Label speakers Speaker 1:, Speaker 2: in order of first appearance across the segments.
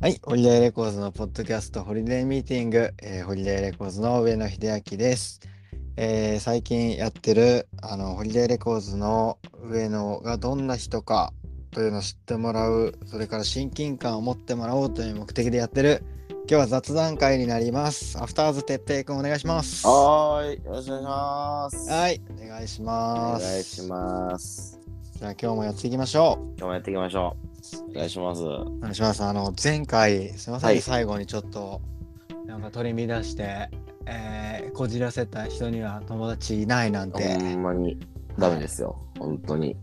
Speaker 1: はい、ホリデーレコーズのポッドキャスト、ホリデーミーティング、えーホリデーレコーズの上野秀明です。えー最近やってるあのホリデーレコーズの上野がどんな人かというのを知ってもらう、それから親近感を持ってもらおうという目的でやってる、今日は雑談会になります。アフターズてっぺいくんお願いします。は
Speaker 2: はーい、よろしくお願いします。い、
Speaker 1: い、お願いし
Speaker 2: お
Speaker 1: ます。
Speaker 2: 願いします。
Speaker 1: じゃあ今日もやっていきましょう。
Speaker 2: 今日もやっていきましょう。お願いします。
Speaker 1: お願いします。あの前回すみません、
Speaker 2: はい
Speaker 1: 最後にちょっとなんか取り乱して、えーこじらせた人には友達いないなんて
Speaker 2: ほんまにダメですよ。本当に。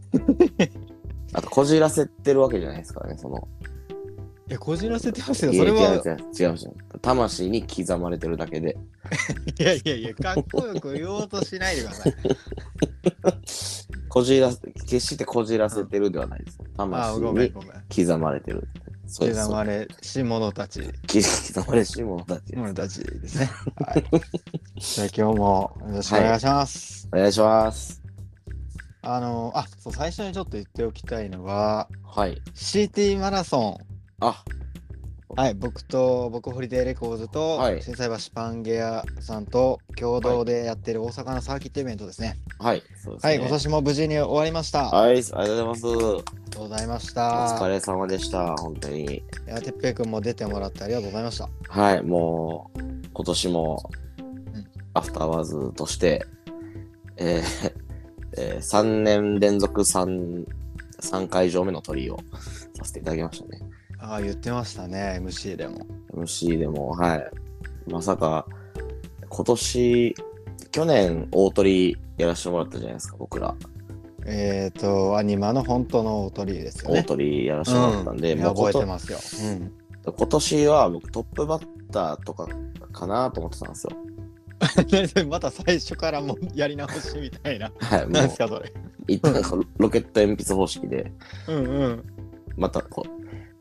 Speaker 2: あと、こじらせてるわけじゃないですからね、その。
Speaker 1: えこじらせてますよ。
Speaker 2: いや
Speaker 1: それ
Speaker 2: 違う
Speaker 1: は
Speaker 2: 違う違う違う。魂に刻まれてるだけで。
Speaker 1: いやいやいやかっこよく言おうとしないでくだ さい。
Speaker 2: こじらせ、決してこじらせてるではないです。
Speaker 1: あ
Speaker 2: 魂
Speaker 1: ごめん
Speaker 2: に
Speaker 1: ごめん。
Speaker 2: 刻まれてる。そうです。
Speaker 1: 刻まれし者たち
Speaker 2: そう刻まれし者たちです。
Speaker 1: 者たちですね。はい。じゃあ今日もよろしくお願いします。
Speaker 2: お願いします。
Speaker 1: あのあそう最初にちょっと言っておきたいのが
Speaker 2: はい。
Speaker 1: CT マラソン
Speaker 2: あ、
Speaker 1: はい、僕と僕ホリデーレコーズと、
Speaker 2: はい
Speaker 1: 震災橋パンゲアさんと共同でやってる大阪のサーキットイベントですね。
Speaker 2: はい。そうです
Speaker 1: は
Speaker 2: ね
Speaker 1: い、今年も無事に終わりました。あ
Speaker 2: はい、ありがとうございます。
Speaker 1: りがとうございまし
Speaker 2: お
Speaker 1: た。
Speaker 2: 疲れ様でした、本当に。
Speaker 1: いや、てっぺいくんも出てもらってありがとうございました。
Speaker 2: はい、もう、今年も
Speaker 1: ん、
Speaker 2: アフターワーズとして、えーえー、3年連続3、3回上目の鳥をさせていただきましたね。
Speaker 1: ああ、言ってましたね、MC でも。
Speaker 2: MC でも、はい。まさか、今年、去年大鳥やらせてもらったじゃないですか、僕ら。
Speaker 1: えっ、と、アニマの本当の大鳥居ですよ
Speaker 2: 大
Speaker 1: ね。
Speaker 2: 鳥やらせてもらったんで、
Speaker 1: うん、い
Speaker 2: も
Speaker 1: や
Speaker 2: うこと
Speaker 1: 覚えてますよ。うん。
Speaker 2: 今年は僕トップバッターとかかなと思ってたんです よ。
Speaker 1: また最初からもうやり直しみたいな。
Speaker 2: はい、も
Speaker 1: なん
Speaker 2: う
Speaker 1: ですか、それ。
Speaker 2: 一旦こうロケット鉛筆方式で、
Speaker 1: うんうん。
Speaker 2: またこう、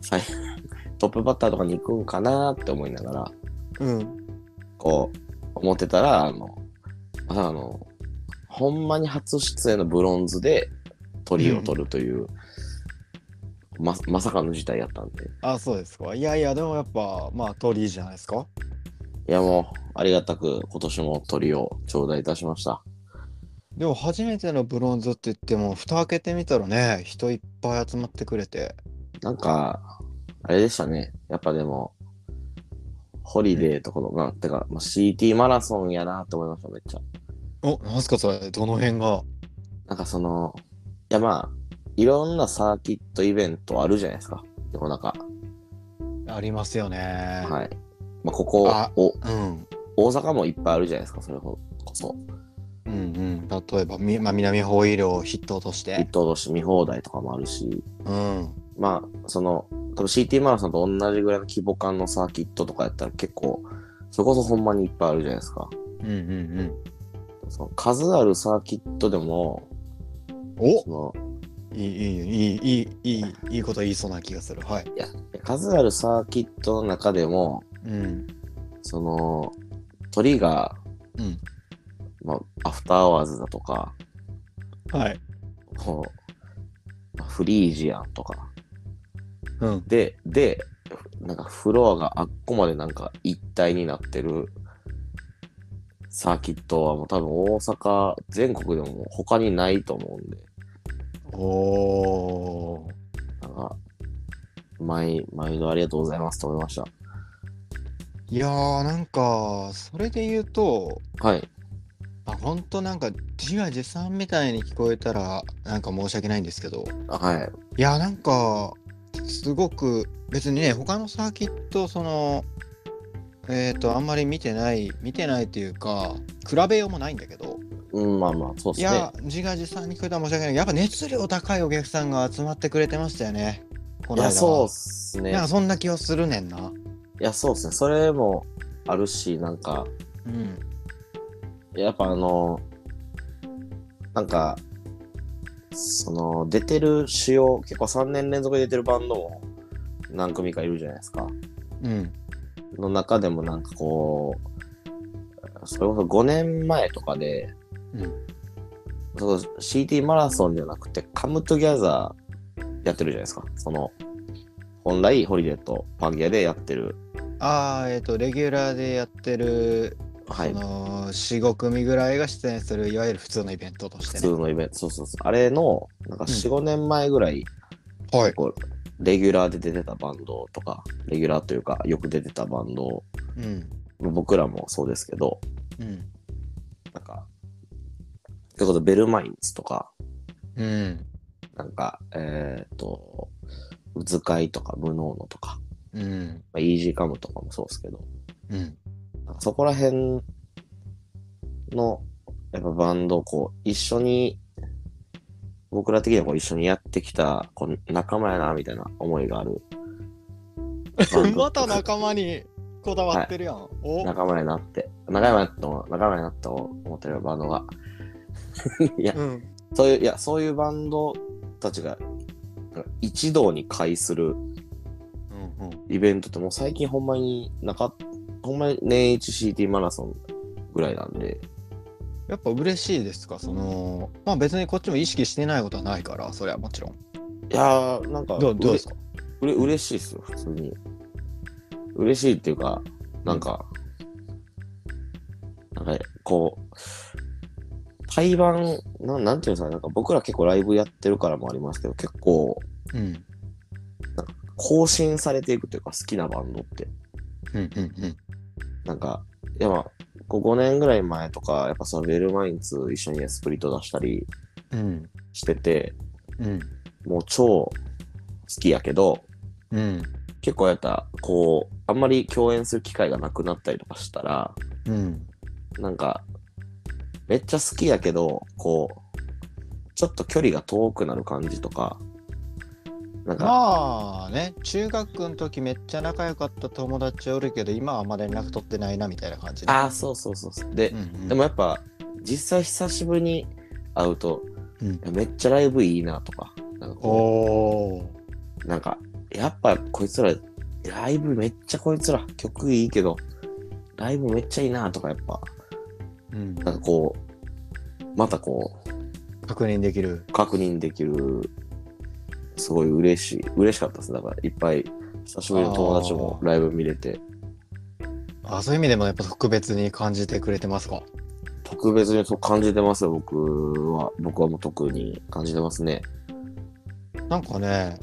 Speaker 2: 最 トップバッターとかに行くんかなって思いながら、
Speaker 1: うん。
Speaker 2: こう、思ってたら、あの、まさかあの、ほんまに初出演のブロンズで鳥を取るという、ま、まさかの事態やったんで、
Speaker 1: あ、そうですか。いやいや、でもやっぱ、まあ、鳥居じゃないですか。
Speaker 2: いやもう、ありがたく今年も鳥を頂戴いたしました。
Speaker 1: でも初めてのブロンズって言っても蓋開けてみたらね人いっぱい集まってくれて
Speaker 2: なんか、あれでしたね。やっぱでも、ホリデーとこの、まあ、てか、まあ、CT マラソンやなって思いました、めっちゃ。
Speaker 1: おなんすかそれどの辺が
Speaker 2: なんかその、いやまあ、いろんなサーキットイベントあるじゃないですか、世の中。
Speaker 1: ありますよね、
Speaker 2: はい。まあ、ここ
Speaker 1: あ
Speaker 2: お、
Speaker 1: うん、
Speaker 2: 大阪もいっぱいあるじゃないですか、それこそ。
Speaker 1: うんうん例えばみ、まあ、南ホイールを筆頭とし
Speaker 2: 一
Speaker 1: て
Speaker 2: 等として見放題とかもあるし、
Speaker 1: うん
Speaker 2: まあ、その、多分 CT マラソンと同じぐらいの規模感のサーキットとかやったら結構、それこそほんまにいっぱいあるじゃないですか。
Speaker 1: うんうん
Speaker 2: その数あるサーキットでも、
Speaker 1: うんお
Speaker 2: その
Speaker 1: いいいいいいいいいいいいこと言いそうな気がするはい
Speaker 2: いや数あるサーキットの中でも、
Speaker 1: うん
Speaker 2: その、鳥が、
Speaker 1: うん
Speaker 2: まあ、アフターアワーズだとか、
Speaker 1: はい
Speaker 2: こうまあフリージアンとか。
Speaker 1: うん
Speaker 2: で、で、なんかフロアがあっこまでなんか一体になってるサーキットはもう多分大阪、全国でも他にないと思うんで、
Speaker 1: おー
Speaker 2: なんか、毎、毎度ありがとうございますと思いまし
Speaker 1: いやーなんかそれで言うと
Speaker 2: た。はい。
Speaker 1: あほんとなんか自画自賛みたいに聞こえたらなんか申し訳ないんですけど
Speaker 2: はい。
Speaker 1: いやなんかすごく別にね他のサーキットそのえっ、とあんまり見てない見てないというか比べようもないんだけど
Speaker 2: うん、まあまあ、そう
Speaker 1: い
Speaker 2: ですね
Speaker 1: や。自画自賛に聞こえたら申し訳ないやっぱ熱量高いお客さんが集まってくれてましたよねこ
Speaker 2: い
Speaker 1: の間
Speaker 2: や、
Speaker 1: は
Speaker 2: そうっすね。
Speaker 1: なんかそんな気はするねんない
Speaker 2: や、そうですね。それもあるし、なんか、
Speaker 1: うん
Speaker 2: やっぱあの、なんか、その、出てる主要、結構3年連続で出てるバンドも何組かいるじゃないですか。
Speaker 1: うん
Speaker 2: の中でもなんかこう、それこそ5年前とかで、
Speaker 1: うん
Speaker 2: そう CT マラソンじゃなくて、カムトゥギャザーやってるじゃないですか。その、本来ホリデーとパンゲアでやってる、
Speaker 1: ああ、えっ、と、レギュラーでやってる、
Speaker 2: は
Speaker 1: そ
Speaker 2: い、
Speaker 1: の、4、5組ぐらいが出演する、いわゆる普通のイベントとし
Speaker 2: 普
Speaker 1: て
Speaker 2: 通
Speaker 1: ね。
Speaker 2: のイベント、そうそうそう、あれの、なんか4、5年前ぐらい、
Speaker 1: はい。
Speaker 2: こう、レギュラーで出てたバンドとか、レギュラーというか、よく出てたバンド、
Speaker 1: うん。
Speaker 2: 僕らもそうですけど、
Speaker 1: うん。
Speaker 2: なんか、ということでベルマインズとか、
Speaker 1: うん。
Speaker 2: なんか、えっ、と、うずかいとか、無能のとか、
Speaker 1: うん。
Speaker 2: まあ、イージーカムとかもそうですけど、
Speaker 1: うん。
Speaker 2: なんかそこら辺の、やっぱバンドをこう、一緒に、僕ら的にはこう一緒にやってきた、こう仲間やな、みたいな思いが ある。バンド
Speaker 1: また仲間にこだわってるやん。お
Speaker 2: 仲間やなって、仲間やと、仲間やなって思ってるバンドが。いや、
Speaker 1: うん。
Speaker 2: そういう、いや、そういうバンドたちが、なんか一堂に会す
Speaker 1: う
Speaker 2: る
Speaker 1: んうん。
Speaker 2: イベントってもう最近ほんまになかっほんまに年一 CT マラソンぐらいなんで、
Speaker 1: やっぱ嬉しいですか、その、まあ別にこっちも意識してないことはないから、それはもちろん。
Speaker 2: いやー、なんか、
Speaker 1: どうどうですか
Speaker 2: うれうれ嬉しいですよ、普通に。嬉しいっていうか、なんか、なんか、こう、対バン、なんなんていうんですかね、なんか僕ら結構ライブやってるからもありますけど、結構
Speaker 1: うん。
Speaker 2: 更新されていくというか、好きなバンドって。
Speaker 1: うんうんうん。
Speaker 2: なんか、いやまあ、こう5年ぐらい前とか、やっぱそのベルマインツ一緒にスプリット出したり
Speaker 1: うん。
Speaker 2: してて、
Speaker 1: うん。
Speaker 2: もう超好きやけど、
Speaker 1: うん。
Speaker 2: 結構やったら、こう、あんまり共演する機会がなくなったりとかしたら、
Speaker 1: うん。
Speaker 2: なんか、めっちゃ好きやけど、こう、ちょっと距離が遠くなる感じとか、なんか、
Speaker 1: まあね、中学の時めっちゃ仲良かった友達おるけど、今はあんま連絡取ってないなみたいな感じで。
Speaker 2: ああ、そうそうそうそう。で
Speaker 1: う、んうん、
Speaker 2: でもやっぱ、実際久しぶりに会うと、
Speaker 1: うん
Speaker 2: いやめっちゃライブいいなとか、なんか
Speaker 1: お
Speaker 2: こ
Speaker 1: お。
Speaker 2: うなんかやっぱこいつら、ライブめっちゃこいつら、曲いいけど、ライブめっちゃいいなとか、やっぱ、
Speaker 1: うん、
Speaker 2: なんかこう、またこう、
Speaker 1: 確認できる。
Speaker 2: 確認できる、すごい嬉しい、嬉しかったです。だから、いっぱい、久しぶりの友達もライブ見れて、
Speaker 1: あそういう意味でもやっぱ特別に感じてくれてますか。
Speaker 2: 特別にそう感じてますよ、僕は。僕はもう特に感じてますね。
Speaker 1: なんかね、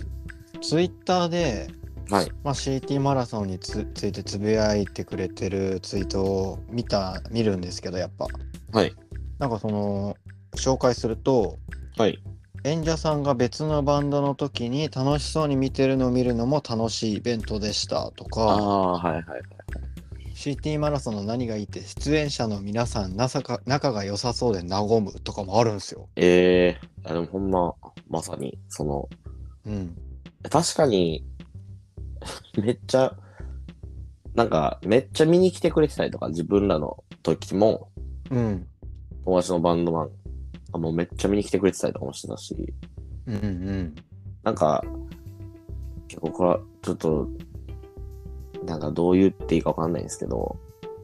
Speaker 1: ツイッターで、
Speaker 2: はい。
Speaker 1: まあ、CT マラソンにつついてつぶやいてくれてるツイートを見た見るんですけどやっぱ
Speaker 2: はい。
Speaker 1: なんかその紹介すると
Speaker 2: はい。
Speaker 1: 演者さんが別のバンドの時に楽しそうに見てるのを見るのも楽しいイベントでしたと
Speaker 2: あ
Speaker 1: か
Speaker 2: あ、はいはいはい。
Speaker 1: CT マラソンの何がいいって出演者の皆さん仲が仲が良さそうで和むとかもあるんですよ。
Speaker 2: ええあでもほんま、まさに、その、
Speaker 1: うん、
Speaker 2: 確かに、 めっちゃ、なんか、めっちゃ見に来てくれてたりとか、自分らの時も、
Speaker 1: うん、
Speaker 2: 友達のバンドマン、あもうめっちゃ見に来てくれてたりとかもしてたし、
Speaker 1: うん、うん、
Speaker 2: なんか、結構これは、ちょっと、なんかどう言っていいかわかんないんですけど、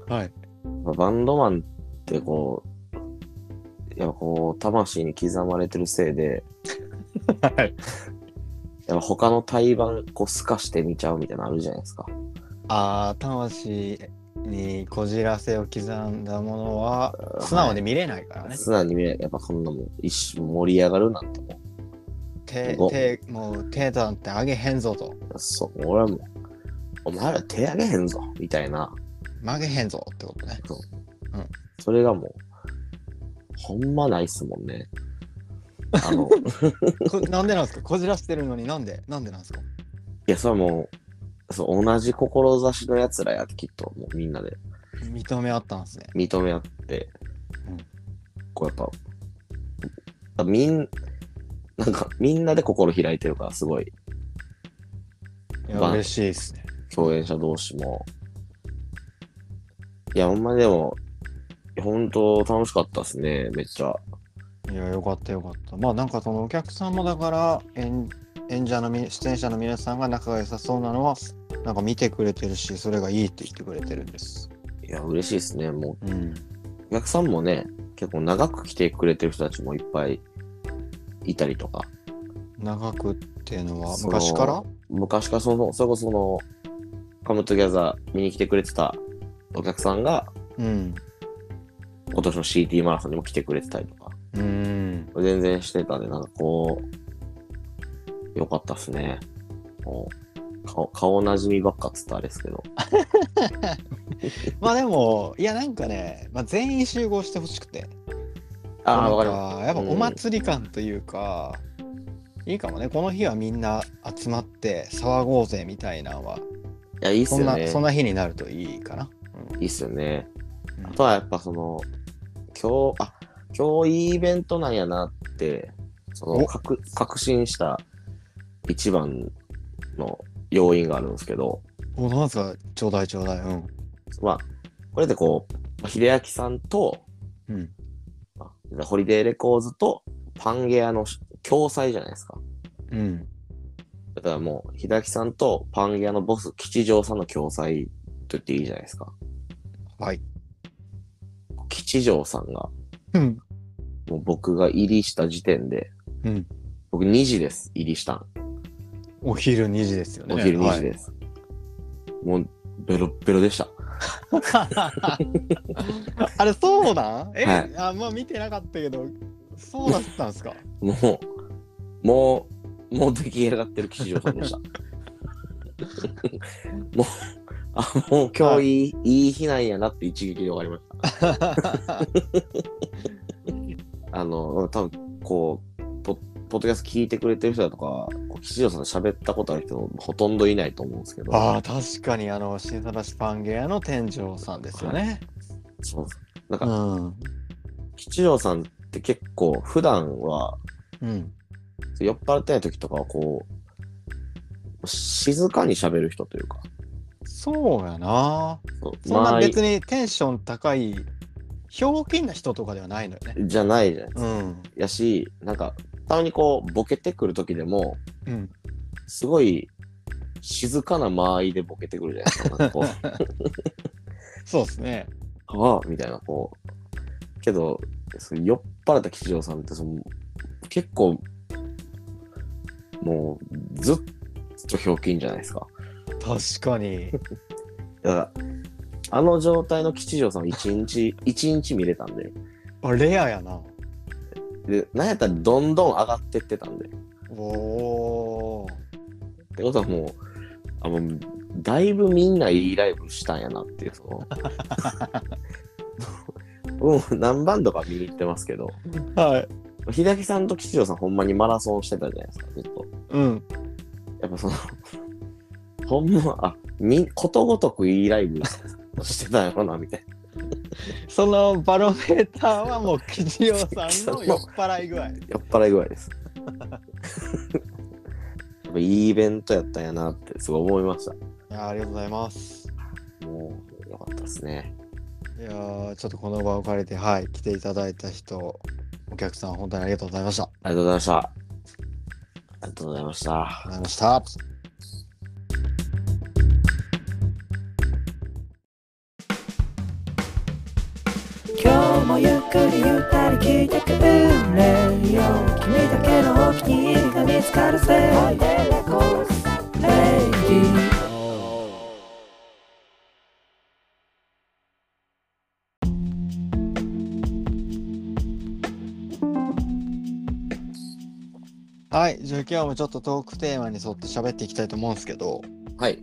Speaker 1: はい。
Speaker 2: まあバンドマンってこう、やっぱこう、魂に刻まれてるせいで、
Speaker 1: はい。
Speaker 2: やっぱ他の対バン、こう、透かして見ちゃうみたいなのあるじゃないですか。
Speaker 1: ああ、魂にこじらせを刻んだものは素直で見れないからね。
Speaker 2: 素直に見れないやっぱこんなもん、一瞬盛り上がるなんても
Speaker 1: 手
Speaker 2: お、
Speaker 1: 手、もう手なんてあげへんぞと、
Speaker 2: う、そう、俺はもう、お前ら手上げへんぞ、みたいな。
Speaker 1: 曲げへんぞって ことね。
Speaker 2: それがもう、ほんまないっすもんね。あの、
Speaker 1: こなんでなんですかこじらしてるのになんでなんでなんですか
Speaker 2: いや、それはもう、そう同じ志のやつらやってきっと、もうみんなで
Speaker 1: 認め合ったんですね。
Speaker 2: 認め合って、
Speaker 1: うん
Speaker 2: こうやっぱ、みん、なんかみんなで心開いてるから、すごい、
Speaker 1: いや、
Speaker 2: まあ
Speaker 1: 嬉しいですね。
Speaker 2: 共演者同士も。いや、ほんまにでも、本当楽しかったっすね、めっちゃ。
Speaker 1: いや、よかったよかった。まあなんかそのお客さんもだから、演演者のみ出演者の皆さんが仲が良さそうなのは、なんか見てくれてるし、それがいいって言ってくれてるんです。
Speaker 2: いや、嬉しいっすね。も
Speaker 1: うん。
Speaker 2: う、お客さんもね、結構長く来てくれてる人たちもいっぱいいたりとか、
Speaker 1: う長くっていうのは
Speaker 2: その
Speaker 1: 昔から
Speaker 2: 昔からそのそれこそその「カムトギャザー見に来てくれてたお客さんが
Speaker 1: うん。
Speaker 2: 今年の CT マラソンにも来てくれてたりとか
Speaker 1: うーん。
Speaker 2: 全然してたんでなんかこうよかったっすねもう顔顔なじみばっかっつったらあれですけど
Speaker 1: まあでも、いやなんかね、まあ、全員集合してほしくて。
Speaker 2: ああわかります
Speaker 1: かやっぱ
Speaker 2: うん
Speaker 1: お祭り感というか、いいかもね。この日はみんな集まって騒ごうぜみたいなのは、
Speaker 2: いやいいっ
Speaker 1: そ
Speaker 2: す
Speaker 1: ん
Speaker 2: よ
Speaker 1: な、
Speaker 2: ね
Speaker 1: そんな日になるといいかな。
Speaker 2: いいっすよね
Speaker 1: うん
Speaker 2: あとはやっぱその今日あ今日いいイベントなんやなってその
Speaker 1: お
Speaker 2: 確確信した一番の要因があるんですけど
Speaker 1: お、なんすか、ちょうだいちょうだい。うん。
Speaker 2: まあこれでこう秀明さんと
Speaker 1: うん。
Speaker 2: まあホリデーレコーズとパンゲアの共催じゃないですか。
Speaker 1: うん。
Speaker 2: だからもう、秀明さんとパンゲアのボス、吉祥さんの共催と言っていいじゃないですか。
Speaker 1: はい。
Speaker 2: 吉祥さんが、
Speaker 1: うん。
Speaker 2: もう僕が入りした時点で、
Speaker 1: うん。
Speaker 2: 僕2時です、入りしたん。
Speaker 1: お昼2時ですよね。
Speaker 2: お昼2時
Speaker 1: はい
Speaker 2: です。もう、ベロッベロでした。
Speaker 1: あれそうなんえ、
Speaker 2: はい
Speaker 1: あまあ見てなかったけどそうだったん ですか
Speaker 2: もう、もう、もう出来上がってる吉祥さ んでした。もう、あ、もう今日いい、いい日なんやなって一撃で終わりました。あの、多分こう、ポポッドキャスト聞いてくれてる人だとか、こう吉祥さんと喋ったことある人、ほとんどいないと思うんですけど、
Speaker 1: ああ確かにあの新さらしパンゲアの店長さんですよね、
Speaker 2: そうな
Speaker 1: う
Speaker 2: んか、
Speaker 1: ん
Speaker 2: 吉祥さんって結構、普段は、
Speaker 1: うん
Speaker 2: 酔っ払ってない時とかは、こう、静かに喋る人というか、
Speaker 1: そうやな
Speaker 2: そう
Speaker 1: そんな
Speaker 2: 周り
Speaker 1: 別にテンション高いひょうきんな人とかではないのよね
Speaker 2: じゃないじゃないですか。
Speaker 1: うん
Speaker 2: やし、なんか、たまにこう、ボケてくる時でも、
Speaker 1: うん
Speaker 2: すごい、静かな間合いでボケてくるじゃないですか。なんかこう
Speaker 1: そうですね
Speaker 2: ああみたいな、こう。けど、その酔っ払った吉祥さんってその、結構、もう、ずっとひょうきんじゃないですか。
Speaker 1: 確かに
Speaker 2: だから、あの状態の吉祥さんを一日、一日見れたんで、
Speaker 1: あレアやな
Speaker 2: で、なんやったらどんどん上がってってたんで、っ
Speaker 1: おー
Speaker 2: てことはもう、あの、だいぶみんないいライブしたんやなっていう、その、うん、何バンドか見に行ってますけど、
Speaker 1: はい
Speaker 2: 秀明さんと吉祥さんほんまにマラソンしてたじゃないですか、ずっと。
Speaker 1: うん
Speaker 2: やっぱその、 ほんま、あ、み、ことごとくいいライブしてたんやろな、みたいな。
Speaker 1: そのバロメーターはもう吉郎さんの酔っ払い具合
Speaker 2: 酔っ払い具合です。やっぱいいイベントやったんやなって、すごい思いまし
Speaker 1: いやーありがとうございます。
Speaker 2: た。もう、よかったですね。
Speaker 1: いやーちょっとこの場を借りて、はい、来ていただいた人、お客さん、本当にありがとうございました。あり
Speaker 2: ありがとうございました。ありがとうございました
Speaker 1: がとう。ございました。
Speaker 3: 今日もゆっくりゆったり聞いてくれよ君だけのお気に入りが見つかるぜレイディ
Speaker 1: はい、じゃあ今日もちょっとトークテーマに沿って喋っていきたいと思うんですけど、
Speaker 2: はい。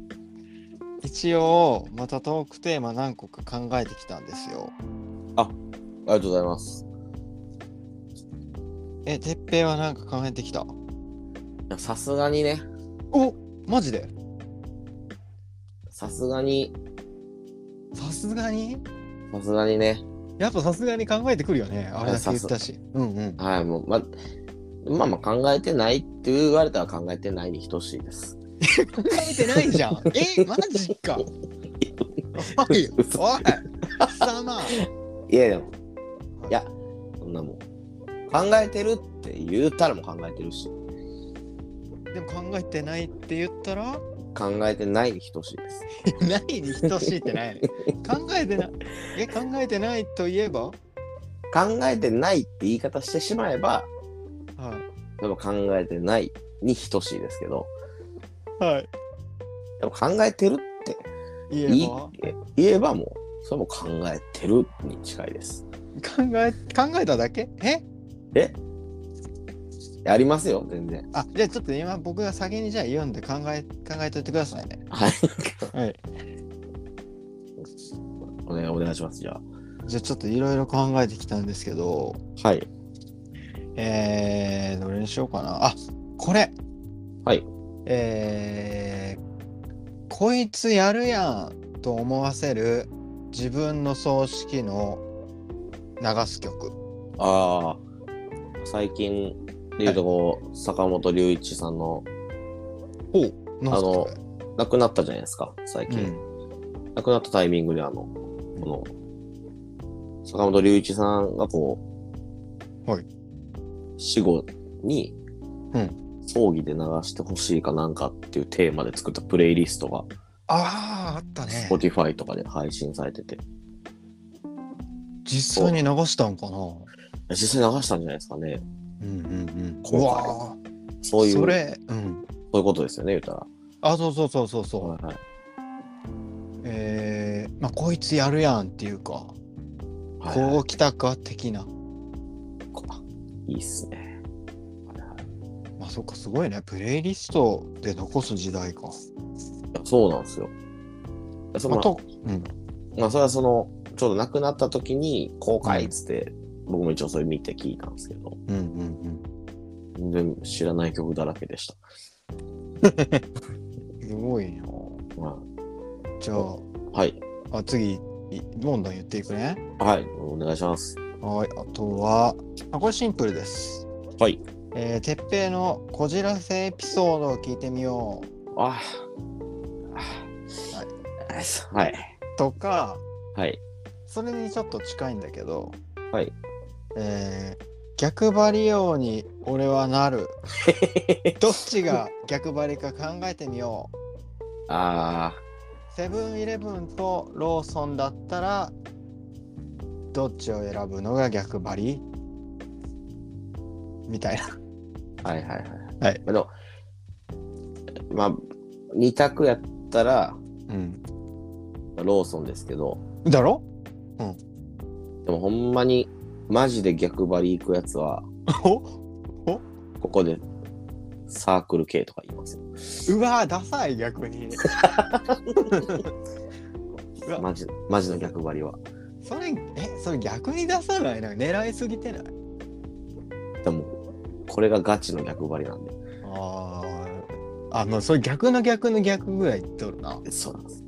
Speaker 1: 一応、またトークテーマ何個か考えてきたんですよ。
Speaker 2: ありがとうございます。
Speaker 1: え、てっぺいは何か考えてきた
Speaker 2: いやさすがにね、
Speaker 1: おマジで
Speaker 2: さすがに、
Speaker 1: さすがに
Speaker 2: さすがにね、
Speaker 1: やっぱさすがに考えてくるよね。あれだけ言ったし。うんうん。
Speaker 2: はい、もう、ま、まあまあ考えてないって言われたら考えてないに等しいです。
Speaker 1: 考えてないじゃん。 え、マジか。おい、
Speaker 2: 嘘
Speaker 1: おい、貴様。
Speaker 2: いやでも、いや、そんなもん。考えてるって言うたらもう考えてるし、
Speaker 1: でも考えてないって言ったら、
Speaker 2: 考えてないに等しいです。
Speaker 1: ないに等しいってない、ねん。考えてない。え、考えてないといえば、は
Speaker 2: 考えてないって言い方してしまえば、
Speaker 1: い、
Speaker 2: でも考えてないに等しいですけど、
Speaker 1: はい。
Speaker 2: でも考えてるって
Speaker 1: 言
Speaker 2: 言
Speaker 1: え
Speaker 2: い
Speaker 1: ば
Speaker 2: 言えばもう、それも考えてるに近いです。
Speaker 1: 考え考えただけえ
Speaker 2: えありますよ、全然。
Speaker 1: あじゃあちょっと今僕が先にじゃあ読んで考え考えといてくださいね。
Speaker 2: はい。
Speaker 1: はい。
Speaker 2: お願い、お願いします、じゃ
Speaker 1: じゃあちょっといろいろ考えてきたんですけど、
Speaker 2: あ。はい。
Speaker 1: えー、どれにしようかな。あこれ
Speaker 2: はい。
Speaker 1: えー、こいつやるやんと思わせる自分の葬式の流す曲。
Speaker 2: ああ、最近でいうとこう、坂本龍一さんの
Speaker 1: おなんすかこ
Speaker 2: 亡くなったじゃないですか、最
Speaker 1: れう
Speaker 2: 近。
Speaker 1: ん
Speaker 2: 亡くなったタイミングで、あの、この、坂本龍一さんがこう、
Speaker 1: はい
Speaker 2: 死後に、
Speaker 1: うん
Speaker 2: 葬儀で流してほしいかなんかっていうテーマで作ったプレイリストが、
Speaker 1: あああったね。
Speaker 2: Spotify とかで配信されてて、
Speaker 1: 実際に流したんかな。
Speaker 2: 実際流したんじゃないですかね。
Speaker 1: うんうんうん。
Speaker 2: 今回
Speaker 1: うわー
Speaker 2: そういう、
Speaker 1: そ
Speaker 2: そう
Speaker 1: れ、うん。
Speaker 2: いうことですよね、言ったら。
Speaker 1: あ、そうそうそうそうそう。
Speaker 2: はいはい
Speaker 1: えー、まあこいつやるやんっていうか、
Speaker 2: はいはい
Speaker 1: こうきたか的な。
Speaker 2: こいいっすね。はいはい
Speaker 1: まあそっかすごいね。プレイリストで残す時代か。
Speaker 2: いやそうなんですよ。いやそ
Speaker 1: まあ、
Speaker 2: の
Speaker 1: と、うん。
Speaker 2: まあ、それはその、ちょうど亡くなった時に公開っつって、僕も一応それ見て聞いたんですけど、
Speaker 1: うんうんうん。
Speaker 2: 全然知らない曲だらけでした。
Speaker 1: すごいな。
Speaker 2: ま
Speaker 1: じゃ
Speaker 2: あ、はい。
Speaker 1: あ、あ次、いどんどん言っていくね。
Speaker 2: はい。お願いします。
Speaker 1: はい、あとは、あこれシンプルです。
Speaker 2: はい。
Speaker 1: えー、てっぺいのこじらせエピソードを聞いてみよう
Speaker 2: あああはい。
Speaker 1: とか、
Speaker 2: はい。
Speaker 1: それにちょっと近いんだけど、
Speaker 2: はい。
Speaker 1: えー、逆張りように俺はな る。どっちが逆張りか考えてみよう。
Speaker 2: あ
Speaker 1: セブンイレブンとローソンだったら、どっちを選ぶのが逆張りみたいな。
Speaker 2: あ、はいはいはい。
Speaker 1: はい
Speaker 2: まあ、でも、まあ、二択やったら、
Speaker 1: うん、
Speaker 2: ローソンですけど、
Speaker 1: だろ
Speaker 2: でもほんまに、マジで逆張り行くやつは、
Speaker 1: お
Speaker 2: ここでサークル系とか言います よ。
Speaker 1: うわーダサい逆にうわ
Speaker 2: マジマジの逆張りは。
Speaker 1: それえそれ逆に出さないなんか狙いすぎてない
Speaker 2: でも、これがガチの逆張りなんで。
Speaker 1: あーあもうそれ逆の逆の逆ぐらい言っとるな
Speaker 2: そうなんです。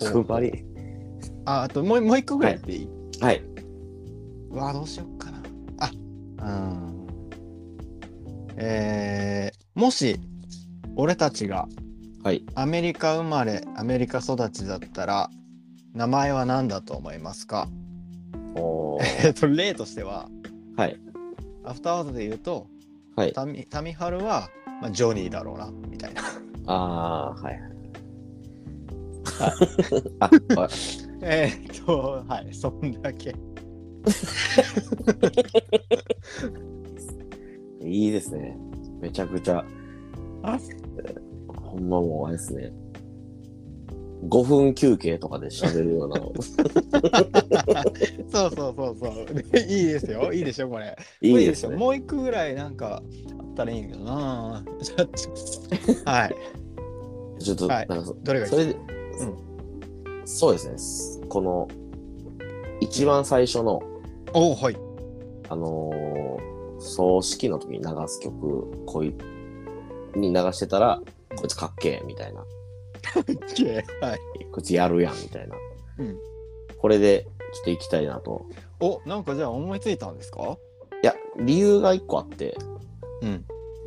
Speaker 2: 逆張り
Speaker 1: ああともうもう一個ぐらいでいい、
Speaker 2: はい。
Speaker 1: うわーどうしよっかなあうんえー、もし俺たちが
Speaker 2: はい。
Speaker 1: アメリカ生まれアメリカ育ちだったら名前は何だと思いますか
Speaker 2: おー
Speaker 1: えっと例としては
Speaker 2: はい。
Speaker 1: アフターアワーズで言うと
Speaker 2: はい。
Speaker 1: タミタミハルは、まあ、ジョニーだろうなみたいな
Speaker 2: あー、はい。 あ、はい
Speaker 1: えーっとはいそんだけ
Speaker 2: いいですね。めちゃくちゃ。
Speaker 1: あ
Speaker 2: ほんまもうあれですね。5分休憩とかで喋るような。
Speaker 1: そうそうそうそう でいいですよいいでしょこれ
Speaker 2: い
Speaker 1: これ
Speaker 2: いです
Speaker 1: よ
Speaker 2: ね。
Speaker 1: もう一個ぐらいなんかあったらいいんだけどな ちょっとはい
Speaker 2: ちょっ
Speaker 1: は
Speaker 2: と、ないんかそ
Speaker 1: どれがいい
Speaker 2: それで、
Speaker 1: う
Speaker 2: そうですねすこの一番最初の、
Speaker 1: おおはい
Speaker 2: あのー葬式の時に流す曲こいに流してたらこいつかっけえみたいな
Speaker 1: はい
Speaker 2: こいつやるやんみたいな、
Speaker 1: うん
Speaker 2: これでちょっと行きたいなと
Speaker 1: おなんかじゃあ思いついたんですか
Speaker 2: いや理由が一個あって
Speaker 1: うん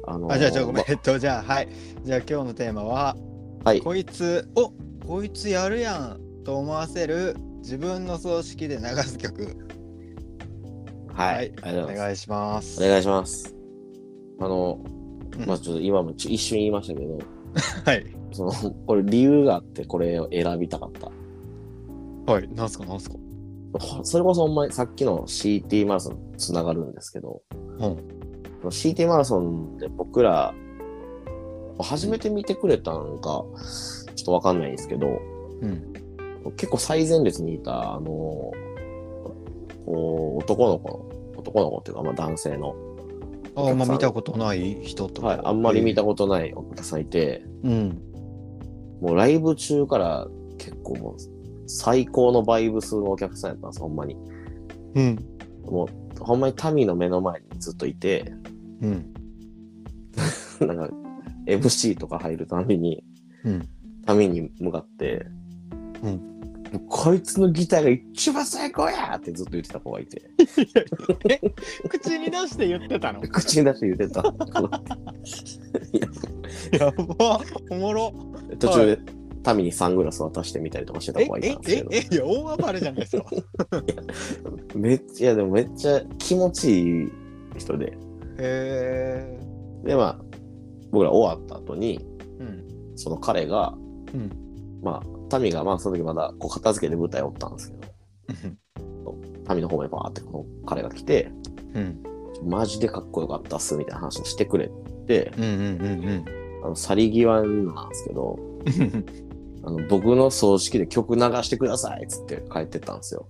Speaker 2: あのー
Speaker 1: あじゃあじゃあごめん
Speaker 2: ま
Speaker 1: えっとじゃあはいじゃあ今日のテーマは
Speaker 2: はい
Speaker 1: こいつおこいつやるやんと思わせる自分の葬式で流す曲
Speaker 2: は
Speaker 1: は
Speaker 2: い、あ
Speaker 1: い
Speaker 2: りがとう
Speaker 1: お
Speaker 2: ございます
Speaker 1: 願いします
Speaker 2: お願いしますあの
Speaker 1: うん
Speaker 2: まあちょっと今もちょ一瞬言いましたけど
Speaker 1: はい
Speaker 2: そのこれ理由があってこれを選びたかった
Speaker 1: はいなんすかなんすか
Speaker 2: それこそほんまにさっきの CT マラソンつながるんですけど、
Speaker 1: うん
Speaker 2: CT マラソンで僕ら、初めて見てくれたんか、ちょっとわかんないんですけど、
Speaker 1: うん。
Speaker 2: 結構最前列にいた、あの、こう男の子の、男の子っていうか、まあ男性の、
Speaker 1: ああんま見たことない人とか。
Speaker 2: はい、あんまり見たことないお客さんいて、
Speaker 1: うん。
Speaker 2: もうライブ中から結構もう最高のバイブスのお客さんやったんです、ほんまに。
Speaker 1: うん。
Speaker 2: もう、ほんまに民の目の前にずっといて、
Speaker 1: うん。
Speaker 2: なんか、MC とか入るたびに、
Speaker 1: うん。
Speaker 2: 民に向かって、
Speaker 1: うん
Speaker 2: もうこいつのギターが一番最高やってずっと言ってた子がいて、
Speaker 1: 口に出して言ってたの
Speaker 2: 口に出して言ってた子が
Speaker 1: やば。おもろ。
Speaker 2: 途中で、民にサングラス渡してみたりとかしてた
Speaker 1: え
Speaker 2: 子がい
Speaker 1: え
Speaker 2: たんです
Speaker 1: え
Speaker 2: けど
Speaker 1: えいや大暴れじゃないです か。
Speaker 2: めっちゃいやでもめっちゃ気持ちいい人で
Speaker 1: へえ。
Speaker 2: でまあ僕ら終わった後に
Speaker 1: うん。
Speaker 2: その彼が、
Speaker 1: うん
Speaker 2: まあ民がまあその時まだこう片付けて舞台おったんですけど民の方までバーってこの彼が来て
Speaker 1: うん。
Speaker 2: マジでかっこよかったっすみたいな話をしてくれて
Speaker 1: うんうんうんうん。
Speaker 2: あの去り際なんですけどあの僕の葬式で曲流してくださいっつって帰ってったんですよ。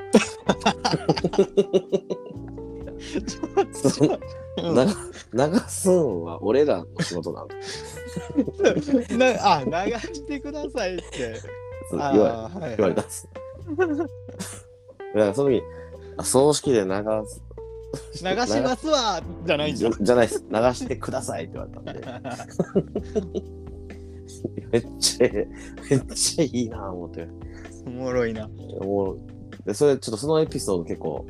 Speaker 2: そのな流すんは俺らの仕事なんだ
Speaker 1: なあ流してくださいって
Speaker 2: そ う
Speaker 1: あ
Speaker 2: 言わ
Speaker 1: ーはい
Speaker 2: 言われたんです。 だからその時、あ葬式で流す。
Speaker 1: 流しますわじゃないん
Speaker 2: じ
Speaker 1: じゃ
Speaker 2: ゃじゃないです。流してくださいって言われたんで、 めっちゃええ、めっちゃいいなぁ思って。
Speaker 1: おもろいな。
Speaker 2: もうでそれ、ちょっとそのエピソード結構、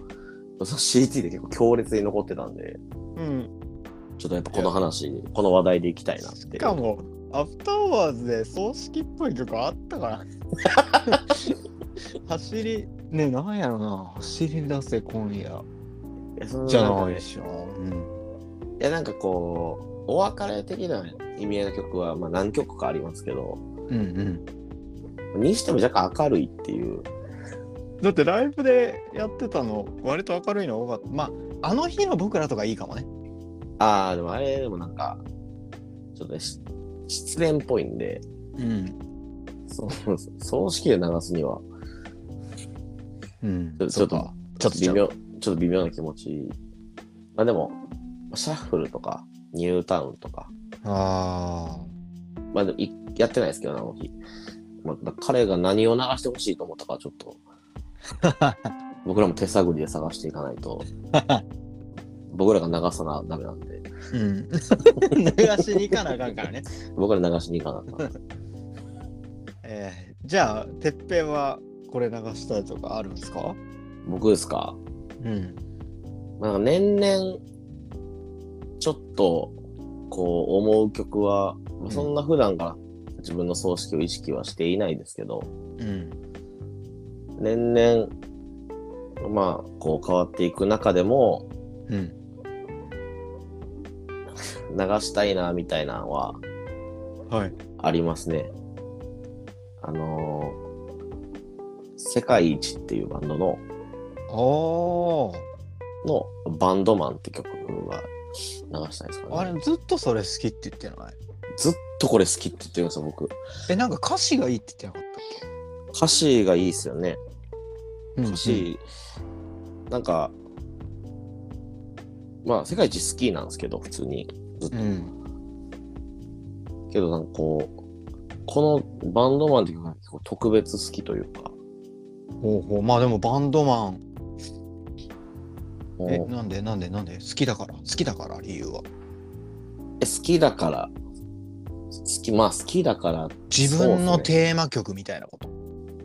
Speaker 2: その CT で結構強烈に残ってたんで、
Speaker 1: うん。
Speaker 2: ちょっとやっぱこの話、この話題でいきたいなっ。
Speaker 1: してかもアフターアワーズで葬式っぽい曲あったから。 走りねなんやろな走り出せ今夜
Speaker 2: いやその
Speaker 1: じゃ
Speaker 2: んか
Speaker 1: ない
Speaker 2: ね
Speaker 1: でしょ。うん
Speaker 2: いや、なんかこう、お別れ的な意味合いの曲は、まあ何曲かありますけど、
Speaker 1: うん
Speaker 2: にしても若干明るいっていう。
Speaker 1: うん。だってライブでやってたの割と明るいの多かった。まああの日の僕らとかいいかもね。
Speaker 2: ああ、でもあれでもなんか、ちょっとね、し失恋っぽいんで、
Speaker 1: うん
Speaker 2: そう葬式で流すには、
Speaker 1: うん
Speaker 2: ちょ
Speaker 1: そう
Speaker 2: ちょっ
Speaker 1: か
Speaker 2: ちょっと微妙、ちょっと微妙な気持ち。まあでも、シャッフルとか、ニュータウンとか、
Speaker 1: ああ。
Speaker 2: まあでもいやってないですけどね、あの日。まあ、だ彼が何を流してほしいと思ったか、ちょっ と、僕らも手探りで探していかない と、僕らが流さなダメなんで、
Speaker 1: うん、 流しに行かなあかんからね。
Speaker 2: 僕ら流しに行かなあかった。
Speaker 1: えーじゃあ、てっぺんはこれ流したいとかあるんですか
Speaker 2: 僕ですか
Speaker 1: うん。
Speaker 2: なんか年々、ちょっと、こう、思う曲は、まあそんな普段から自分の葬式を意識はしていないですけど、
Speaker 1: うん。
Speaker 2: 年々、まあ、こう変わっていく中でも、
Speaker 1: うん。
Speaker 2: 流したいな、みたいなのは
Speaker 1: はい。
Speaker 2: ありますね。あのー世界一っていうバンドの、
Speaker 1: お
Speaker 2: の、バンドマンって曲は流したいですかね。
Speaker 1: あれ、ずっとそれ好きって言ってない
Speaker 2: ずっとこれ好きって言ってるんですよ、僕。
Speaker 1: え、なんか歌詞がいいって言ってなかったっ
Speaker 2: 歌詞がいいですよね。
Speaker 1: け
Speaker 2: 歌詞、なんか、まあ、世界一好きなんですけど、普通に。ずっと
Speaker 1: うん。
Speaker 2: けど、なんかこう、このバンドマンっていう曲が結構特別好きというか、
Speaker 1: ほうほう。まあでも、バンドマン。
Speaker 2: もう
Speaker 1: え、
Speaker 2: え
Speaker 1: なんでなんでなんで好きだから。好きだから、理由は。
Speaker 2: 好きだから、好き、まあ好きだから、
Speaker 1: 自分の
Speaker 2: そうっす
Speaker 1: テーマ曲みたいなこと。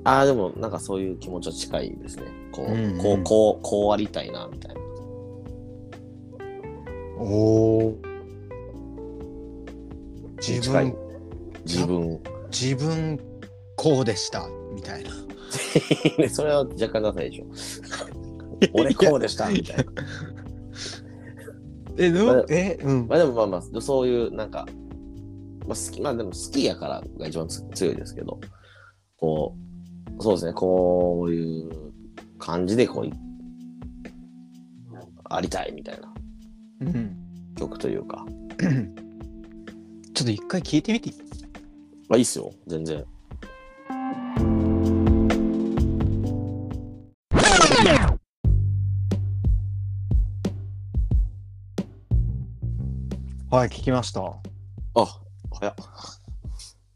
Speaker 2: ああ、でもなんかそういう気持ちは近いですね。こう、
Speaker 1: うんうん
Speaker 2: こう、こう、こうありたいな、みたいな。
Speaker 1: おお。自
Speaker 2: 近
Speaker 1: 分
Speaker 2: い 自分。
Speaker 1: 自分こうでしたみたいな。
Speaker 2: それは若干ダサいでしょ。俺こうでした、みたいな。
Speaker 1: え、
Speaker 2: まあ
Speaker 1: どえ、うん。
Speaker 2: まあでもまあまあ、そういうなんか、まあ好き、まあでも好きやからが一番つ強いですけど、こう、そうですね、こういう感じでこうい、ありたいみたいな
Speaker 1: うん。
Speaker 2: 曲というか。
Speaker 1: ちょっと一回聞いてみていい
Speaker 2: まあいいっすよ、全然。
Speaker 1: はい、聞きました。
Speaker 2: あ、早っ。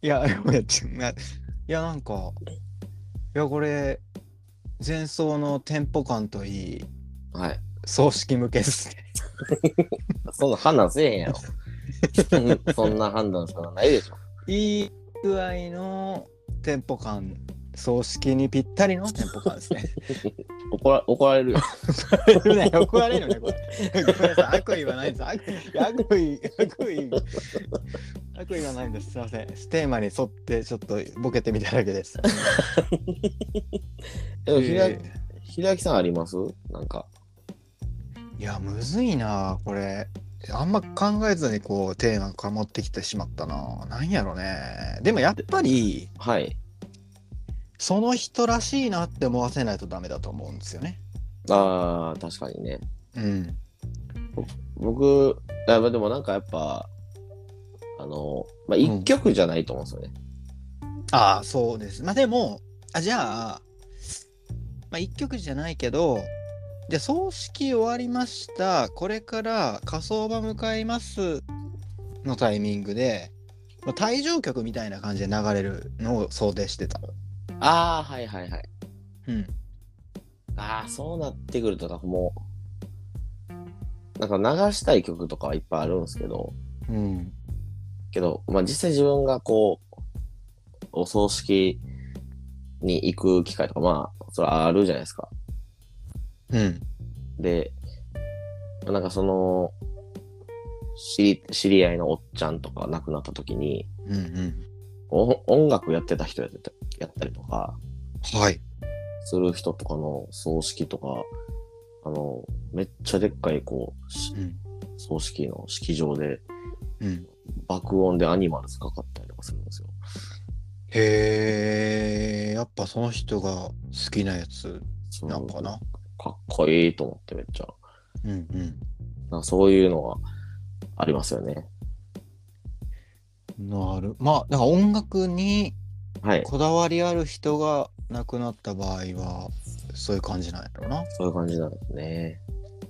Speaker 1: いや、 いや、ちいやいやなんか、いや、これ、前奏のテンポ感といい、
Speaker 2: はい。
Speaker 1: 葬式向けです ね。
Speaker 2: そんな判断せえへんや ろ。そんな判断しかないでしょ。
Speaker 1: いい具合のテンポ感、葬式にぴったりのテンポ感ですね。
Speaker 2: 怒ら怒られるよ。
Speaker 1: ね怒られるね、これ。ごめんなさい、悪意はないです。悪意、悪意、悪意、悪意はないんです。すいません。テーマに沿って、ちょっとボケてみただけです。
Speaker 2: でもひら、
Speaker 1: え
Speaker 2: ひらきさんありますなんか。
Speaker 1: ーいや、むずいな、これ。あんま考えずにこうテーマか持ってきてしまったな。なんやろね。でもやっぱり、
Speaker 2: はい。
Speaker 1: その人らしいなって思わせないとダメだと思うんですよね。
Speaker 2: ああ、確かにね。
Speaker 1: うん。
Speaker 2: 僕、あまあでもなんかやっぱ、あの、まあ、一曲じゃないと思うんですよね。
Speaker 1: ああ、そうです。まあでも、あじゃあ、まあ一曲じゃないけど、じゃあ葬式終わりました。これから火葬場向かいます。のタイミングで、まあ、退場曲みたいな感じで流れるのを想定してた。
Speaker 2: ああ、はいはいはい。
Speaker 1: うん。
Speaker 2: ああ、そうなってくると、なんかもう、なんか流したい曲とかはいっぱいあるんですけど、
Speaker 1: うん。
Speaker 2: けど、まあ実際自分がこう、お葬式に行く機会とか、まあ、それはあるじゃないですか。
Speaker 1: うん。
Speaker 2: で、まあなんかその、知り、知り合いのおっちゃんとか亡くなった時に、
Speaker 1: うんうん。
Speaker 2: お音楽やってた人やってたやったりとか、
Speaker 1: はい。
Speaker 2: する人とかの葬式とか、あの、めっちゃでっかい、こう、し
Speaker 1: うん。
Speaker 2: 葬式の式場で
Speaker 1: うん。
Speaker 2: 爆音でアニマルズかかったりとかするんですよ。
Speaker 1: へえ、やっぱその人が好きなやつ
Speaker 2: そう
Speaker 1: なんかな。
Speaker 2: かっこいいと思ってめっちゃ。
Speaker 1: うんうん。
Speaker 2: なんかそういうのはありますよね。
Speaker 1: なる。まあ、なんか音楽に
Speaker 2: はい。
Speaker 1: こだわりある人が亡くなった場合はそういう感じなんやろな。
Speaker 2: そういう感じなんですね。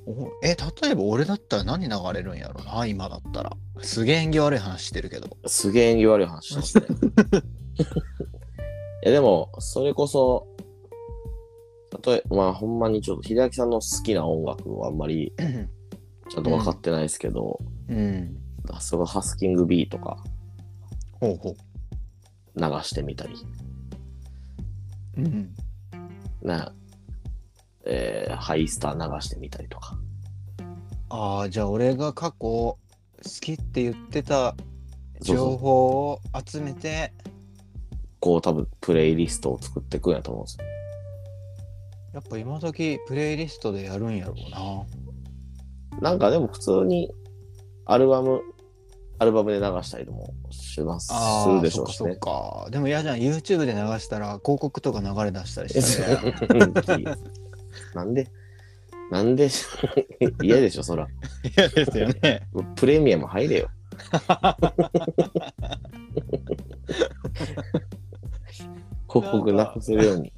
Speaker 1: おえ例えば俺だったら何流れるんやろな今だったら。すげえ縁起悪い話してるけど。
Speaker 2: すげえ縁起悪い話しますね。いやでも、それこそ、例えまあほんまにちょっと、秀明さんの好きな音楽はあんまりちゃんと分かってないですけど、
Speaker 1: うん。
Speaker 2: あそれハスキング B とか
Speaker 1: ほうほ
Speaker 2: 流してみたり、
Speaker 1: う。うん。
Speaker 2: な、えーハイスター流してみたりとか。
Speaker 1: ああじゃあ俺が過去好きって言ってた
Speaker 2: そうそう
Speaker 1: 情報を集めて
Speaker 2: こう多分プレイリストを作っていくんやと思うんですよ。
Speaker 1: やっぱ今時プレイリストでやるんやろうな。
Speaker 2: なんかでも普通にアルバム、アルバムで流したりでもします、
Speaker 1: あ
Speaker 2: する
Speaker 1: あ
Speaker 2: でし
Speaker 1: そ
Speaker 2: ょ
Speaker 1: っ
Speaker 2: う
Speaker 1: か
Speaker 2: し
Speaker 1: そっ
Speaker 2: ね。
Speaker 1: か。でも嫌じゃん YouTube で流したら広告とか流れ出したりした ら嫌や
Speaker 2: なんでなんで嫌でしょ、そら。
Speaker 1: 嫌ですよね。
Speaker 2: プレミアム入れよ。広告なくせるように。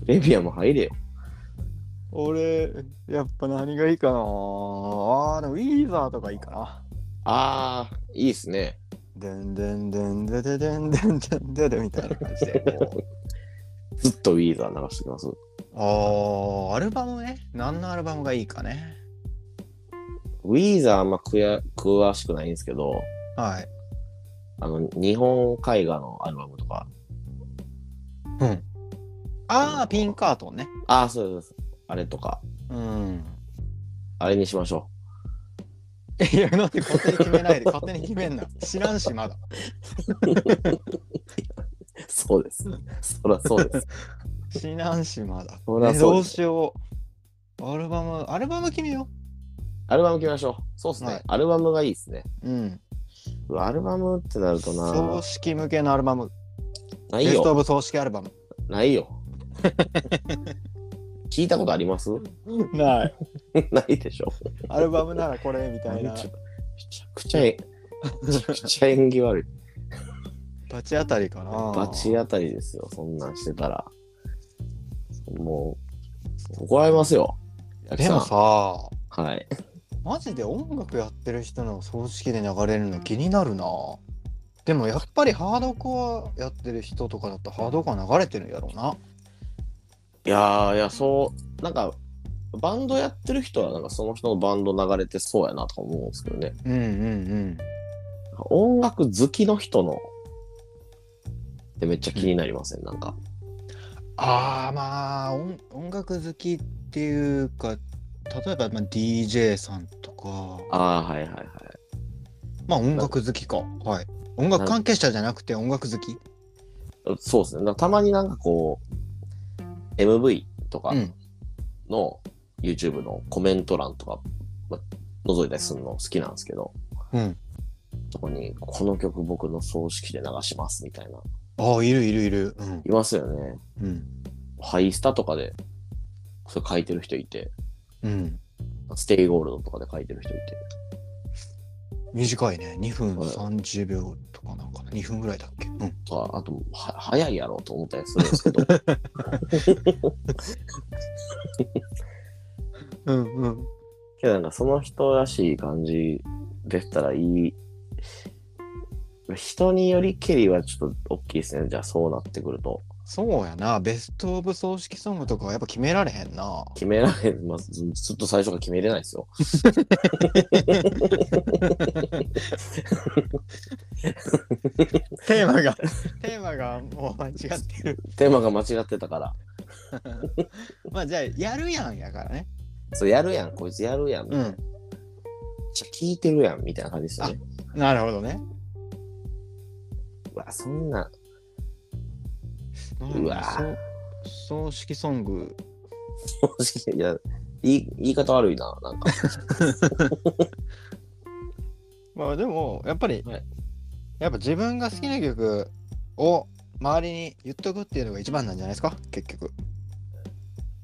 Speaker 2: プレミアム入れよ。
Speaker 1: 俺、やっぱ何がいいかなあーでもウィーザーとかいいかな。
Speaker 2: ああ、いいですね。
Speaker 1: でんでんでんでででんでんでんででみたいな感じで。こ
Speaker 2: ずっとウィーザー流してきます。
Speaker 1: う ああ、アルバムね。何のアルバムがいいかね。
Speaker 2: ウィーザーあんまくや詳しくないんですけど、
Speaker 1: はい。
Speaker 2: あの、日本絵画のアルバムとか。
Speaker 1: うん。ああ、ピンカートンね。
Speaker 2: ああ、そうです。あれとか。
Speaker 1: うん。
Speaker 2: あれにしましょ
Speaker 1: いや、なんで勝手に決めないで、勝手に決めんな。知らんし、まだ。
Speaker 2: う。 そうです。そらそう です。
Speaker 1: 知らんし、まだ。
Speaker 2: そら
Speaker 1: え
Speaker 2: そう
Speaker 1: ど
Speaker 2: で
Speaker 1: う
Speaker 2: す。
Speaker 1: しよう。アルバム、アルバム決めよ
Speaker 2: アルバム決めましょう。そうですね、
Speaker 1: はい
Speaker 2: アルバムがいいですね。
Speaker 1: う。うん。
Speaker 2: うわアルバムってなると
Speaker 1: 葬
Speaker 2: な。
Speaker 1: 式向けのアルバム。
Speaker 2: ない
Speaker 1: ベスト・オ
Speaker 2: よ。
Speaker 1: ブ葬式アルバム。
Speaker 2: ない よ。聞いたことあります
Speaker 1: ない。
Speaker 2: ないでしょ。
Speaker 1: アルバムならこれみたいな。
Speaker 2: ちゃくちゃえ、めちゃくちゃ縁起 悪い。
Speaker 1: バチ当たりかな
Speaker 2: バチ当たりですよ、そんなんしてたら。もう、怒られますよ。八木
Speaker 1: でもさ
Speaker 2: さん。はい。
Speaker 1: マジで音楽やってる人の葬式で流れるの気になるなでもやっぱりハードコアやってる人とかだったらハードコア流れてるんやろうない
Speaker 2: やー、いや、そう、なんか、バンドやってる人は、なんかその人のバンド流れてそうやなとか思うんですけどね。
Speaker 1: うんうん
Speaker 2: 音楽好きの人の、ってめっちゃ気になりません、なんか。
Speaker 1: ああまあ音音楽好きっていうか例えばまあ DJ さんとか
Speaker 2: ああ、はいはいはい。
Speaker 1: まあ音楽好きかはい音楽関係者じゃなくて音楽好き
Speaker 2: そうですね。だからたまになんかこう、MV とか
Speaker 1: うん
Speaker 2: の YouTube のコメント欄とか、ま、覗いたりするの好きなんですけど、
Speaker 1: うん
Speaker 2: そこに、この曲僕の葬式で流しますみたいな。
Speaker 1: ああいるいるいるうん
Speaker 2: いますよね。
Speaker 1: うん
Speaker 2: ハイスタとかで、それ書いてる人いて、
Speaker 1: うん
Speaker 2: ステイゴールドとかで書いてる人いて。
Speaker 1: 短いね2分
Speaker 2: はい
Speaker 1: 30秒とかなんかな2分ぐらいだっけうん
Speaker 2: とか、あと、は早いやろうと思ったりするんですけど、
Speaker 1: うんうん
Speaker 2: けどなんかその人らしい感じでしたらいい。人によりけりはちょっと大きいですね。じゃあそうなってくると。
Speaker 1: そうやな、ベスト・オブ葬式ソングとかはやっぱ決められへんな。
Speaker 2: 決められます。ずずっと最初から決めれないですよ。
Speaker 1: テーマが、 テーマがもう間違ってる。
Speaker 2: テーマが間違ってたから。
Speaker 1: まあじゃあ、やるやんやからね。
Speaker 2: そう、やるやん、こいつやるやん。
Speaker 1: うん。
Speaker 2: じゃあ聞いてるやん、みたいな感じですよね。
Speaker 1: なるほどね。
Speaker 2: うわ、そんな、
Speaker 1: う
Speaker 2: うわ
Speaker 1: んそう葬式ソング。
Speaker 2: 正直、いや、言い言い方悪いな、なんか。
Speaker 1: まあでも、やっぱり、
Speaker 2: はい
Speaker 1: やっぱ自分が好きな曲を周りに言っとくっていうのが一番なんじゃないですか、結局。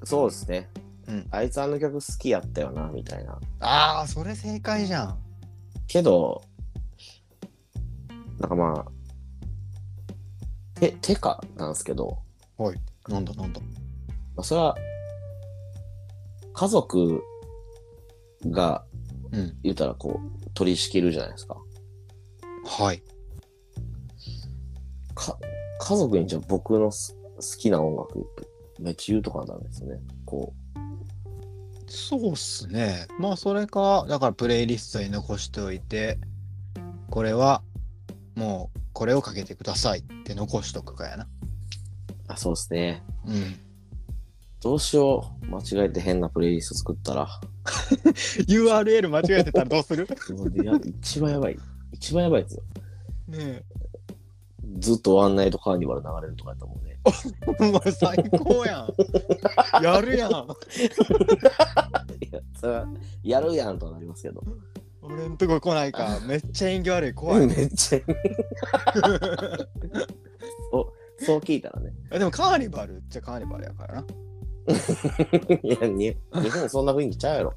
Speaker 2: そうですね。
Speaker 1: うん。
Speaker 2: あいつあの曲好きやったよな、みたいな。
Speaker 1: ああ、それ正解じゃん。
Speaker 2: けど、なんかまあ、て、てかなんですけど、
Speaker 1: なんだなんだ。
Speaker 2: まあ、それは、家族が
Speaker 1: うん。
Speaker 2: 言うたらこう、取り仕切るじゃないですか。
Speaker 1: はい。
Speaker 2: か家族にじゃあ僕のす好きな音楽ってめっちゃ言うとかなんですね。こ
Speaker 1: そうっすね。まあそれか、だからプレイリストに残しておいて、これはもうこれをかけてくださいって残しとくかやな。
Speaker 2: う、あ、そうですね。
Speaker 1: うん。
Speaker 2: どうしよう。間違えて変なプレイリスト作ったら。
Speaker 1: URL 間違えてたらどうする
Speaker 2: もうや一番やばい。一番やばいですよ。
Speaker 1: ね
Speaker 2: ずっとワンナイトカーニバル流れるとかやったもんね。
Speaker 1: え。お前最高やん。 やるやん。
Speaker 2: いや、それは、やるやんとはなりますけど。
Speaker 1: 俺んとこ来ない か。めっちゃ演技悪い。怖い。
Speaker 2: めっ ちゃ、そう聞いたらね。
Speaker 1: でもカーニバルっちゃカーニバルやからな。
Speaker 2: いや、に日本そんな雰囲気ちゃ うやろ。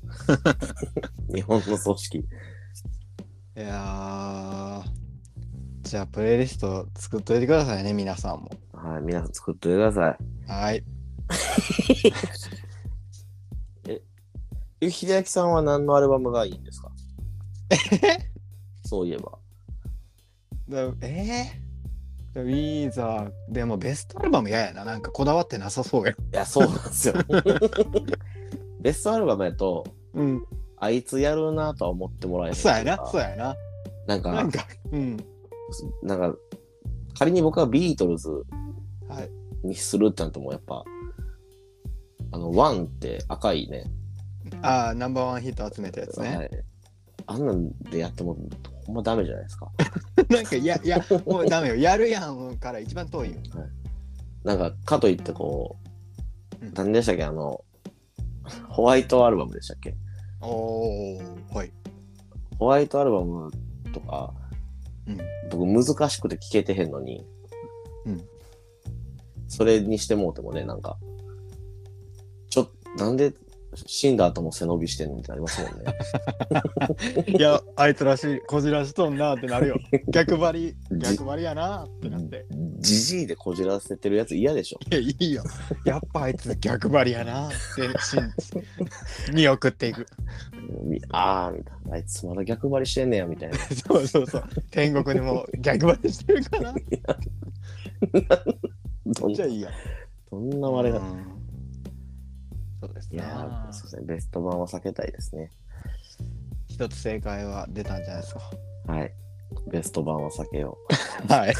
Speaker 2: 日本の組織。
Speaker 1: いやー。じゃあプレイリスト作っといてくださいね、皆さんも。
Speaker 2: はい、皆さん作ってください。
Speaker 1: はい。
Speaker 2: え、秀明さんは何のアルバムがいいんですかそういえば。
Speaker 1: だえー、ウィーザーでもベストアルバム嫌やななんかこだわってなさそうや
Speaker 2: いや、そうなん ですよ。ベストアルバムやと、
Speaker 1: うん
Speaker 2: あいつやるなとは思ってもらえへんと
Speaker 1: そうや
Speaker 2: い
Speaker 1: なそう
Speaker 2: か。
Speaker 1: やな
Speaker 2: なんか、
Speaker 1: なんかうん
Speaker 2: なんか、仮に僕はビートルズ
Speaker 1: はい
Speaker 2: にするってなっても、やっぱ、あの、ワンって赤いね。
Speaker 1: あーナンバーワンヒット集めたやつ
Speaker 2: は
Speaker 1: ね
Speaker 2: い。あんなんでやっても、ほんまダメじゃないで すか。
Speaker 1: なんかいや いやもうダメよやるやんから一番遠いよ
Speaker 2: なんか、かといってこう
Speaker 1: うん、
Speaker 2: 何でしたっけ、あの、ホワイトアルバムでしたっけ
Speaker 1: おーはい
Speaker 2: ホワイトアルバムとか、
Speaker 1: うん
Speaker 2: 僕難しくて聴けてへんのに、
Speaker 1: うん
Speaker 2: それにしてもうてもね、なんか、ちょ、なんで死んだ後も背伸びしてんのみたいなりますも んね。
Speaker 1: いや、あいつらしい、こじらしとんなってなるよ。逆張り、逆張りやなってなって。
Speaker 2: じじいでこじらせてるやつ嫌でしょ。
Speaker 1: いや、いいよ。やっぱあいつ逆張りやなって信じ、見送っていく。
Speaker 2: みあーみたいな。あいつまだ逆張りしてんねやみたいな。
Speaker 1: そうそうそう。天国にも逆張りしてるから。め
Speaker 2: どん
Speaker 1: っちゃいいや。
Speaker 2: どんな割れが。
Speaker 1: うんそうです
Speaker 2: い
Speaker 1: ね
Speaker 2: や。ーそうですね。ベスト版は避けたいですね。
Speaker 1: 一つ正解は出たんじゃないですか。
Speaker 2: はい。ベスト版は避けよ
Speaker 1: はい。